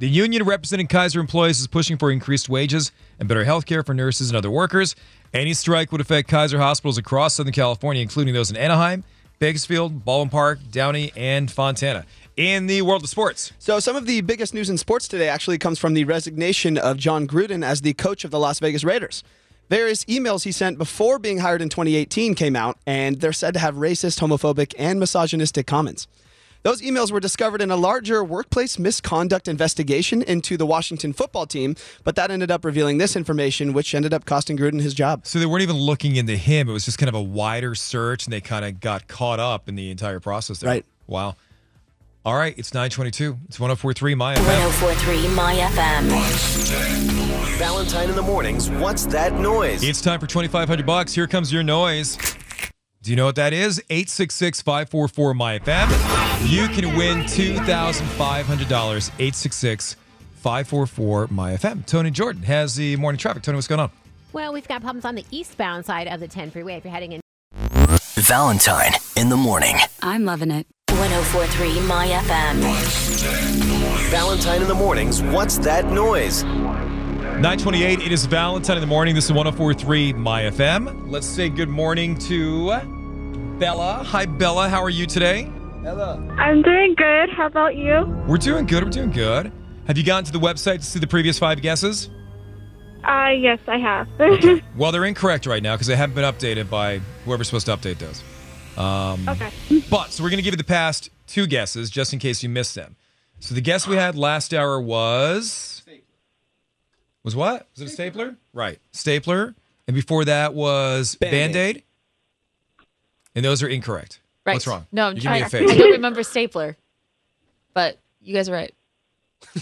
S4: The union representing Kaiser employees is pushing for increased wages and better health care for nurses and other workers. Any strike would affect Kaiser hospitals across Southern California, including those in Anaheim, Bakersfield, Baldwin Park, Downey, and Fontana. In the world of sports,
S6: So, some of the biggest news in sports today actually comes from the resignation of John Gruden as the coach of the Las Vegas Raiders. Various emails he sent before being hired in 2018 came out, and they're said to have racist, homophobic, and misogynistic comments. Those emails were discovered in a larger workplace misconduct investigation into the Washington football team, but that ended up revealing this information, which ended up costing Gruden his job.
S4: so they weren't even looking into him. It was just kind of a wider search, and they kind of got caught up in the entire process there. Right. Wow. All right, it's 922. It's 1043 Maya.
S3: 1043 MyFM.
S16: Valentine in the mornings. What's that noise?
S4: It's time for 2500 bucks. Here comes your noise. Do you know what that is? 866-544-MyFM. You can win $2,500. 866-544-MyFM. Tony Jordan has the morning traffic. Tony, what's going on?
S10: Well, we've got problems on the eastbound side of the 10 freeway if you're heading in.
S16: Valentine in the morning.
S3: I'm loving it. 1043 MyFM.
S16: Valentine in the mornings. What's that noise?
S4: 928, it is Valentine in the morning. This is 1043 MyFM. Let's say good morning to Bella. Hi, Bella. How are you today?
S17: I'm doing good. How about you?
S4: We're doing good. We're doing good. Have you gotten to the website to see the previous five guesses?
S17: Uh, yes, I have.
S4: Well, they're incorrect right now because they haven't been updated by whoever's supposed to update those. Um,
S17: Okay.
S4: But so we're going to give you the past two guesses just in case you missed them. So the guess we had last hour was was what? Was it a stapler? Right, stapler. And before that was Band Aid. And those are incorrect.
S7: Right.
S4: What's wrong?
S7: No, I'm
S4: you give
S7: [laughs]
S4: me
S7: trying.
S4: a face.
S7: I don't remember Stapler, but you guys are right.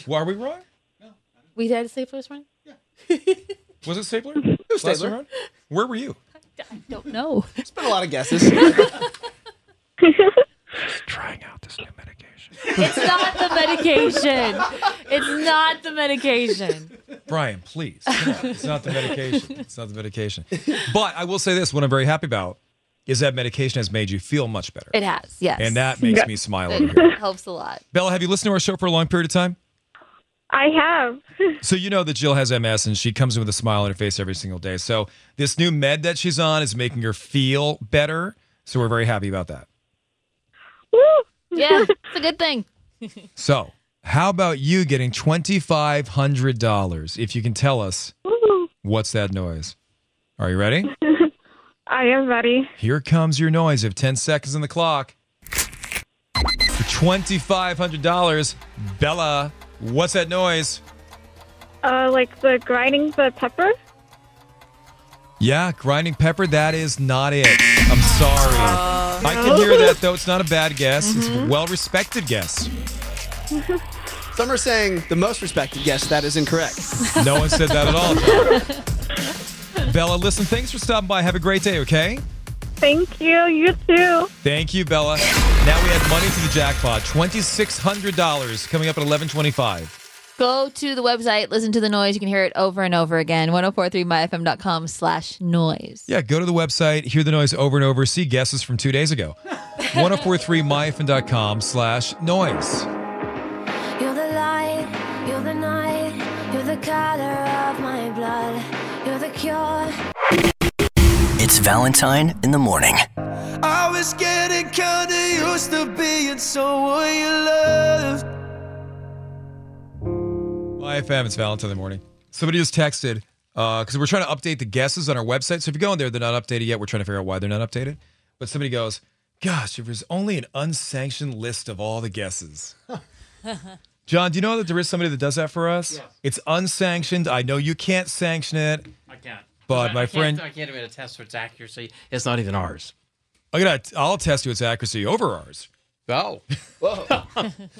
S4: Well, are we wrong?
S7: We had a Stapler this morning?
S4: Was it stapler? It was
S6: stapler.
S4: Where were you?
S7: I don't know.
S6: It's been a lot of guesses.
S7: It's not the medication. [laughs] It's not the medication.
S4: Brian, please. Come on. It's not the medication. It's not the medication. But I will say this what I'm very happy about is that medication has made you feel much better.
S7: It has, yes.
S4: And that makes me smile over
S7: It
S4: here.
S7: helps a lot.
S4: Bella, have you listened to our show for a long period of time?
S17: I have.
S4: So you know that Jill has MS and she comes in with a smile on her face every single day. So this new med that she's on is making her feel better. So we're very happy about that.
S17: [laughs]
S7: Yeah, it's a good thing.
S4: So how about you getting $2,500 if you can tell us what's that noise? Are you ready?
S17: I am ready.
S4: Here comes your noise of 10 seconds on the clock. For $2,500, Bella, what's that noise?
S17: Uh, like the grinding the pepper.
S4: Yeah, grinding pepper, that is not it. I'm sorry. I can hear that, though. It's not a bad guess. It's a
S6: Mhm.
S4: well respected guess.
S6: Some are saying the most respected guest. That is incorrect.
S4: No one said that at all. Bella, listen, thanks for stopping by. Have a great day, okay?
S17: Thank you. You too.
S4: Thank you, Bella. Now we add money to the jackpot $2,600 coming up at 1125.
S7: Go to the website, listen to the noise. You can hear it over and over again. 1043myfm.com slash noise.
S4: Yeah, go to the website, hear the noise over and over, see guesses from two days ago. 1043myfin.com slash noise.
S11: You're the light, you're the night, you're the color of my blood, you're the cure.
S16: It's Valentine in the morning.
S2: I was getting kinda used to being someone you loved.
S4: YFM, it's Valentine in the morning. Somebody just texted because we're trying to update the guesses on our website. So if you go in there, they're not updated yet. We're trying to figure out why they're not updated. But somebody goes, "Gosh, if there's only an unsanctioned list of all the guesses." John, do you know that there is somebody that does that for us? It's unsanctioned. I know you can't sanction it.
S18: I can't.
S4: But
S18: I-
S4: my
S18: I can't-
S4: friend-
S18: I can't even attest to its accuracy. It's not even ours.
S4: I'm gonna. I'll test you its accuracy over ours.
S18: Oh.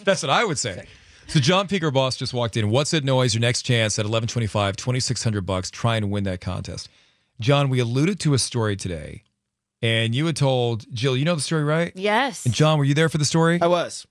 S4: That's what I would say. So John Peek, our boss, just walked in. What's it noise? Your next chance at 1125, 2600 bucks. Try and win that contest. John, we alluded to a story today, and you had told Jill, you know the story, right?
S7: Yes.
S4: And John, were you there for the story? I
S6: was.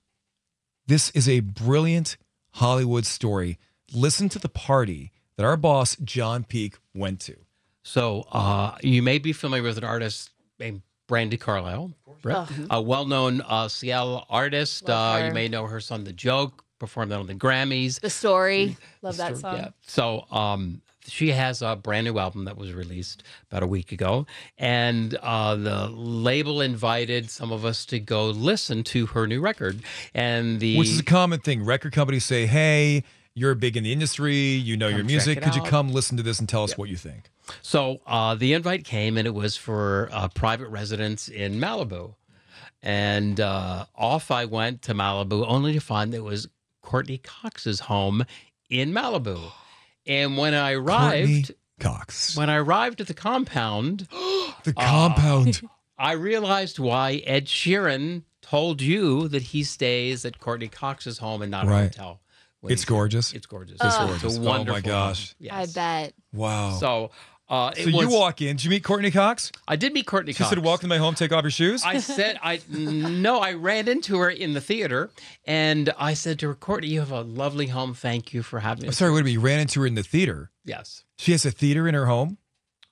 S4: This is a brilliant Hollywood story. Listen to the party that our boss, John Peek, went to.
S18: So uh, you may be familiar with an artist named Brandy Carlisle, right?
S4: Mhm.
S18: a well-known uh, Seattle artist.
S7: Love
S18: Uh, you
S7: her.
S18: may know her song "The Joke," performed that on the Grammys. Mm,
S7: The story. Love that song.
S18: Yeah. So um, she has a brand new album that was released about a week ago, and uh, the label invited some of us to go listen to her new record. And the
S4: Which is a common thing. Record companies say, hey, you're big in the industry, you know
S18: Come
S4: your
S18: check
S4: music.
S18: it
S4: Could you
S18: out."
S4: come listen to this and tell us what you think?
S18: So uh, the invite came, and it was for a private residence in Malibu. And uh, off I went to Malibu, only to find that it was Courtney Cox's home in Malibu. And when I
S4: Courtney
S18: arrived,
S4: Cox.
S18: When I arrived at the compound, [gasps]
S4: the compound.
S18: Ah. [laughs] I realized why Ed Sheeran told you that he stays at Courtney Cox's home and not a
S4: Right.
S18: hotel. when
S4: It's
S18: he's there.
S4: gorgeous.
S18: It's gorgeous.
S4: It's gorgeous.
S18: It's
S4: Oh
S18: a
S4: my
S18: wonderful. home.
S4: gosh.
S18: Yes.
S7: I bet.
S4: Wow.
S18: So, uh, it
S4: so you
S18: was-
S4: walk in. Did you meet Courtney Cox?
S18: I did meet Courtney
S4: she
S18: Cox.
S4: said, Welcome to my home. Take off your shoes.
S18: I said, I no, I ran into her in the theater, and I said to her, Courtney, you have a lovely home. Thank you for having
S4: I'm
S18: us.
S4: Oh, sorry, wait a minute. You ran into her in the theater.
S18: Yes.
S4: She has a theater in her home?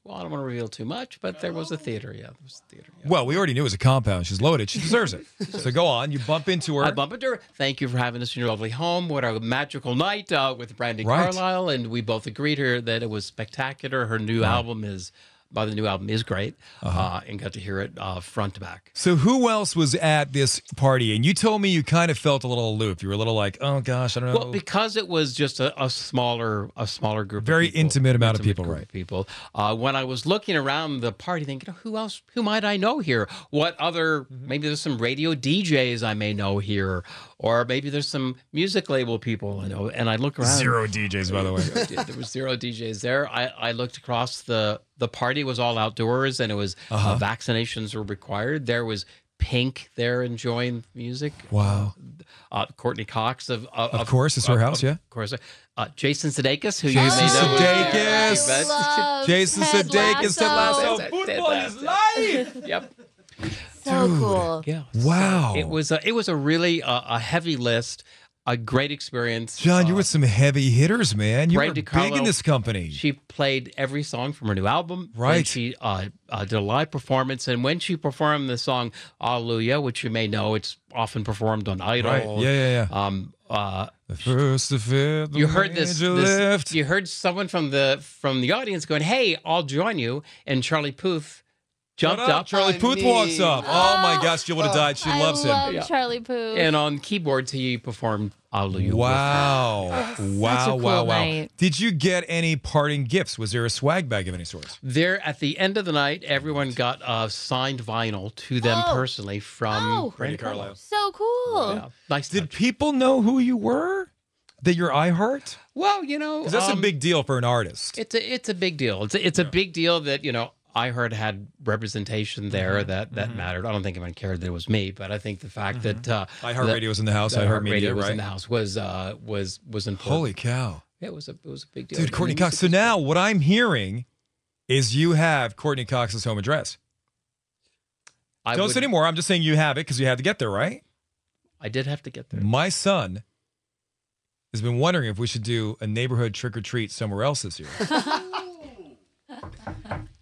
S18: Well, I don't want to reveal too much, but there was a theater. Yeah, there was a theater.
S4: Well, we already knew it was a compound. She's loaded. She deserves
S18: [laughs]
S4: it. so go on. You bump into her.
S18: I bump into her. Thank you for having us in your lovely home. What a magical night uh, with Brandy
S4: Right.
S18: Carlisle, and we both agreed here that it was spectacular. Her new album is, by the new album is great, uh and got to hear it uh, front to back.
S4: Uh-huh. So who else was at this party? And you told me you kind of felt a little aloof. You were a little like, oh gosh, I don't know.
S18: Well, because it was just a, a smaller, a smaller group,
S4: Very
S18: of people,
S4: intimate amount of people,
S18: group
S4: right.
S18: People. Uh, when I was looking around the party, thinking, "Oh, who else? Who might I know here? What other? Maybe there's some radio DJs I may know here, or maybe there's some music label people I know. And I look around.
S4: Zero DJs, by the way.
S18: [laughs] Yeah, there was zero DJs there. I, I looked across the the party was all outdoors, and it was uh
S4: Uh-huh.
S18: vaccinations were required. There was. Pink there enjoying music.
S4: Wow.
S18: Uh, Courtney Cox of, of
S4: Of course, it's her
S18: of-
S4: house,
S18: of
S4: yeah.
S18: course. Uh, Jason Sudeikis, who
S4: Jason
S18: you may know.
S4: Sudeikis.
S18: Yeah, you bet.
S4: I love Jason Ted Sudeikis, Ted Lasso. Lasso.
S18: Ted
S4: Football is
S18: Lasso.
S4: life.
S18: Yep.
S7: So cool.
S18: Yeah.
S4: Wow.
S18: It was a, it was a really uh, a heavy list, a great experience.
S4: John, you're with some heavy hitters, man. You're
S18: Brandy
S4: big in
S18: Carlo-
S4: this company.
S18: She played every song from her new album. Then
S4: Right.
S18: she uh, uh, did a live performance, and when she performed the song "Hallelujah," which you may know, it's often performed on Idol.
S4: Right. Yeah, yeah, yeah.
S18: Um, uh,
S4: The first of it, the
S18: you heard this,
S4: angel
S18: this-
S4: left.
S18: You heard someone from the from the audience going, "Hey, I'll join you." And Charlie Puth jumped
S4: What up?
S18: up.
S4: Charlie Puth walks up. Oh, my gosh, she would have died. She
S7: I
S4: loves him.
S7: love Charlie Pooh.
S18: And on keyboards, he performed "Hallelujah." with her.
S4: Wow.
S7: a
S4: wow,
S7: cool
S4: wow, wow.
S7: night.
S4: Did you get any parting gifts? Was there a swag bag of any sort?
S18: There at the end of the night, everyone got a signed vinyl to them
S7: Oh.
S18: personally from
S7: Oh.
S18: Brandy Carlisle.
S7: So cool.
S18: Yeah. Nice.
S4: Did people know who you were? That you're iHeart?
S18: Well, you know,
S4: Because that's a
S18: um,
S4: big deal for an artist.
S18: It's a it's a big deal. It's a, it's a big deal that you know iHeart had representation there
S15: Mm-hmm.
S18: that that mattered. I don't think anyone cared that it was me, but I think the fact that uh,
S15: Mm-hmm.
S4: iHeartRadio was in the house,
S18: that
S4: iHeartMedia,
S18: iHeartRadio was
S4: right?
S18: in the house was uh, was was important.
S4: Holy cow.
S18: Yeah, it was a it was a big deal.
S4: Dude, Courtney Cox. So now what I'm hearing is you have Courtney Cox's home address.
S18: I
S4: Don't
S18: would-
S4: say anymore. I'm just saying you have it because you had to get there, right?
S18: I did have to get there.
S4: My son has been wondering if we should do a neighborhood trick or treat somewhere else this year.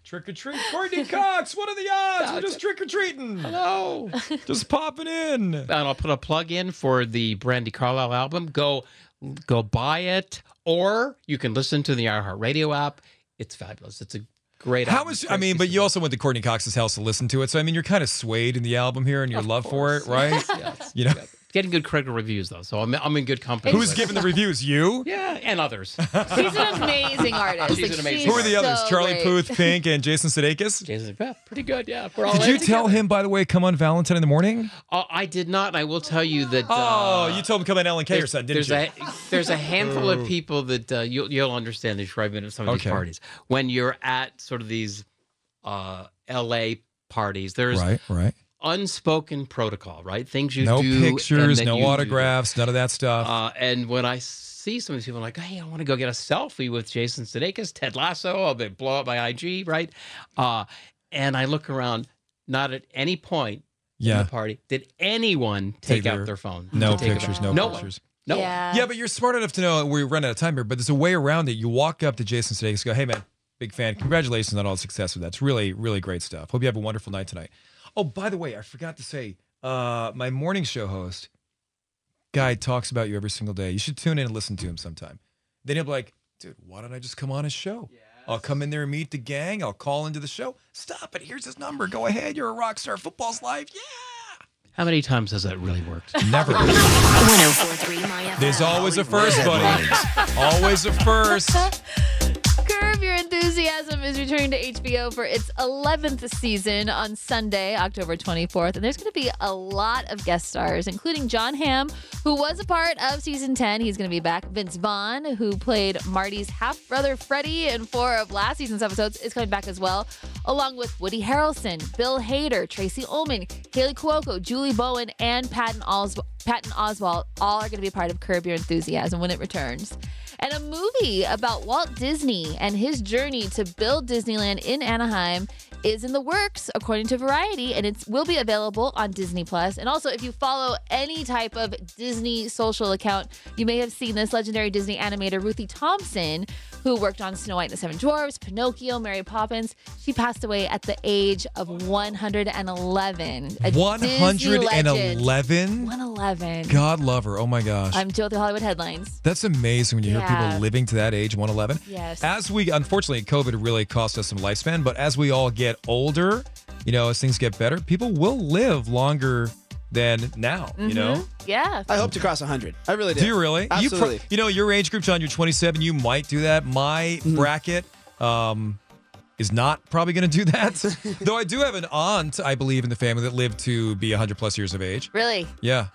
S4: trick or treat, Courtney Cox. What are the odds? We're just trick or treating.
S18: Hello.
S4: Just popping in.
S18: and I'll put a plug in for the Brandy Carlisle album. Go go buy it, or you can listen to the iHeartRadio app. It's fabulous. It's a great.
S4: How
S18: album.
S4: much? I mean, but you also went to Courtney Cox's house to listen to it. So I mean, you're kind of swayed in the album here and your love for it, right? [laughs] You know,
S18: It's getting good critical reviews though, so I'm, I'm in good company.
S4: who's giving the reviews? You?
S18: Yeah, and others.
S7: She's an amazing artist.
S18: She's
S7: Like,
S18: an amazing
S4: Who are the
S7: so
S4: others? Charlie
S7: great.
S4: Puth, Pink, and Jason Sudeikis.
S18: Jason, yeah, pretty good. Yeah, we're all
S4: Did
S18: in
S4: you tell him, by the way, come on Valentine in the morning?
S18: Uh, I did not. and I will tell you that.
S4: Oh,
S18: uh,
S4: you told him come on Ellen K or something, didn't
S18: there's
S4: you?
S18: A, there's a handful of people that uh, you'll, you'll understand the enshrinement of some of
S4: Okay.
S18: these parties. When you're at sort of these uh, LA parties, there's
S4: Right, right.
S18: unspoken protocol, right? Things you
S4: no
S18: do. and
S4: pictures,
S18: that
S4: no
S18: you do.
S4: autographs, none of that stuff.
S18: Uh, and when I see some of these people, I'm like, hey, I want to go get a selfie with Jason Sudeikis, Ted Lasso. I'll be, blow up my IG, right? Uh, and I look around. Not at any point
S4: Yeah.
S18: in the party did anyone take, out their phone.
S4: No
S18: to take a-
S4: pictures, no,
S18: no
S4: pictures.
S18: One, no one.
S7: Yeah.
S4: Yeah, but you're smart enough to know we run out of time here, but there's a way around it. You walk up to Jason Sudeikis, go, hey man, big fan, congratulations on all the success with that. It's really, really great stuff. Hope you have a wonderful night tonight. Oh, by the way, I forgot to say, uh, my morning show host guy talks about you every single day. You should tune in and listen to him sometime. Then he'll be like, dude, why don't I just come on his show? I'll come in there and meet the gang. I'll call into the show. Stop it. Here's his number. Go ahead. You're a rock star. Football's life. Yeah.
S18: How many times has that really worked?
S4: Never. There's always a first, buddy. [laughs] Always a first.
S7: Curb Your Enthusiasm is returning to HBO for its 11th season on Sunday, October 24th. And there's going to be a lot of guest stars, including John Hamm, who was a part of season 10. He's going to be back. Vince Vaughn, who played Marty's half brother Freddie in four of last season's episodes, is coming back as well, along with Woody Harrelson, Bill Hader, Tracy Ullman, Haley Cuoco, Julie Bowen, and Patton Oswalt. Patton Oswalt all are going to be part of Curb Your Enthusiasm when it returns and a movie about Walt Disney and his journey to build Disneyland in Anaheim is in the works according to Variety and it will be available on Disney Plus. And also if you follow any type of Disney social account, you may have seen this legendary Disney animator Ruthie Thompson who worked on Snow White and the Seven Dwarfs, Pinocchio, Mary Poppins. She passed away at the age of 111. A Disney legend.
S4: 111?
S7: 111.
S4: God love her. Oh my gosh.
S7: I'm Joe with the Hollywood headlines.
S4: That's amazing when you hear
S7: Yeah.
S4: people living to that age, 111.
S7: Yes.
S4: As we, unfortunately, COVID really cost us some lifespan, but as we all get older, you know, as things get better, people will live longer than now, you know?
S7: Mhm. Yeah.
S6: I hope to cross 100. I really do.
S4: Do you really? You, pro-
S6: Absolutely.
S4: you know, your age group, John, you're 27. You might do that. My
S7: Mm-hmm.
S4: bracket um, is not probably going to do that. [laughs] Though I do have an aunt, I believe, in the family that lived to be 100 plus years of age.
S7: Really?
S4: Yeah.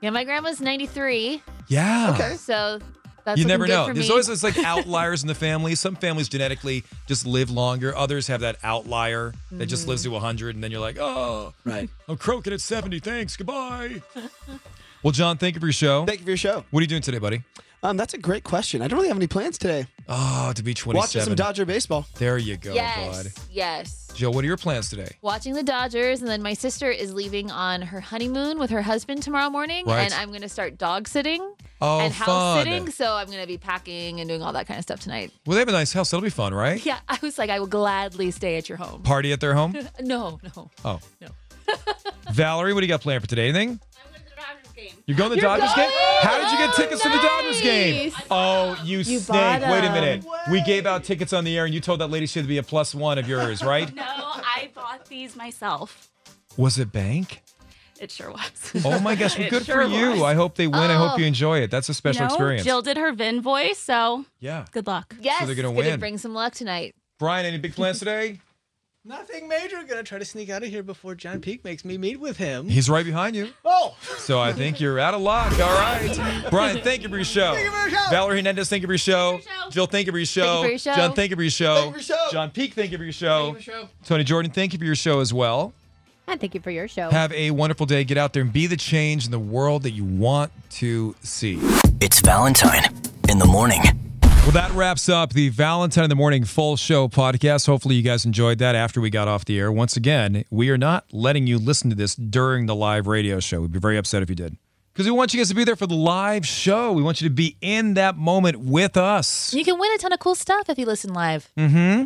S7: Yeah, my grandma's 93.
S4: Yeah.
S7: So that's
S4: you
S7: looking
S4: never
S7: good
S4: know.
S7: For
S4: There's
S7: me.
S4: always
S7: [laughs]
S4: this like outliers in the family. Some families genetically just live longer. Others have that outlier that just lives
S7: Mm-hmm.
S4: to 100, and then you're like, oh,
S6: right.
S4: I'm croaking at 70. Thanks. Goodbye. [laughs] well, John, thank you for your show.
S6: Thank you for your show.
S4: What are you doing today, buddy?
S6: Um, that's a great question. I don't really have any plans today.
S4: Oh, to be 27.
S6: Watching some Dodger baseball.
S4: There you go,
S7: yes.
S4: bud.
S7: Yes.
S4: Joe, what are your plans today?
S7: Watching the Dodgers, and then my sister is leaving on her honeymoon with her husband tomorrow morning,
S4: Right.
S7: and I'm going to start dog sitting
S4: Oh,
S7: and house
S4: fun.
S7: sitting. So I'm going to be packing and doing all that kind of stuff tonight.
S4: Well, they have a nice house. That'll be fun,
S19: [laughs]
S4: right?
S7: Yeah, I was like, I will gladly stay at your home.
S4: Party at their home?
S19: [laughs]
S7: no, no.
S4: Oh. No. [laughs] Valerie, what do you got planned for today? Anything? I'm going to the
S7: You're
S4: Dodgers game. You're going to the Dodgers
S7: going?
S4: game? How did you get tickets to the Dodgers game?
S7: nice.
S4: Oh, you,
S7: You
S4: snake.
S7: bought
S4: Wait a
S7: them.
S4: minute. We gave out tickets on the air and you told that lady she had to be a plus one of yours, right?
S19: [laughs] No, I bought these myself.
S4: Was it bank?
S19: It sure
S4: [laughs]
S19: was.
S4: Oh my gosh.
S19: [laughs]
S4: Well,
S19: It
S4: good
S19: sure
S4: for you.
S19: was.
S4: I hope they win. I
S19: Oh.
S4: hope you enjoy it. That's a special
S19: No,
S4: experience.
S19: Jill did her Vin voice, so
S4: Yeah.
S19: good luck.
S7: Yes.
S4: they're gonna
S7: it's gonna
S4: win.
S7: bring some luck tonight.
S4: Brian, any big plans today?
S12: Nothing major. Gonna try to sneak out of here before John Peak makes me meet with him.
S4: He's right behind you.
S12: Oh!
S4: So I think you're out of luck. All right. Brian, thank you for your show.
S12: Thank you for your show.
S4: Valerie Hernandez, thank you for your show. Jill, thank you for your show.
S12: for your show.
S4: John, thank you for your show.
S12: Thank you for your show.
S4: John Peak, thank you for your show. Tony Jordan, thank you for your show as well.
S10: And thank you for your show.
S4: Have a wonderful day. Get out there and be the change in the world that you want to see.
S16: It's Valentine in the morning.
S4: Well, that wraps up the Valentine in the Morning full show podcast. Hopefully, you guys enjoyed that after we got off the air. Once again, we are not letting you listen to this during the live radio show. We'd be very upset if you did. Because we want you guys to be there for the live show. We want you to be in that moment with us.
S7: You can win a ton of cool stuff if you listen live.
S4: Mm-hmm.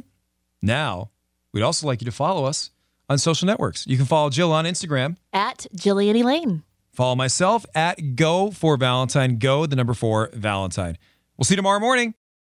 S4: Now, we'd also like you to follow us on social networks. You can follow Jill on Instagram.
S7: At Jillian Elaine.
S4: Follow myself at Go for Valentine. Go the number four Valentine. We'll see you tomorrow morning.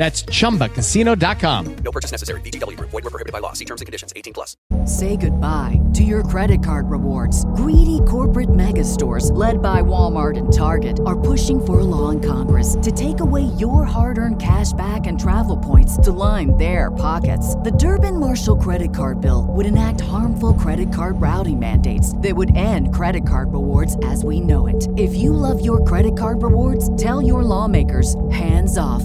S15: That's chumbacasino.com.
S20: No purchase necessary. VGW Group. Void were prohibited by law. See terms and conditions. 18 plus.
S21: Say goodbye to your credit card rewards. Greedy corporate mega stores, led by Walmart and Target, are pushing for a law in Congress to take away your hard earned cash back and travel points to line their pockets. The Durbin Marshall credit card bill would enact harmful credit card routing mandates that would end credit card rewards as we know it. If you love your credit card rewards, tell your lawmakers hands off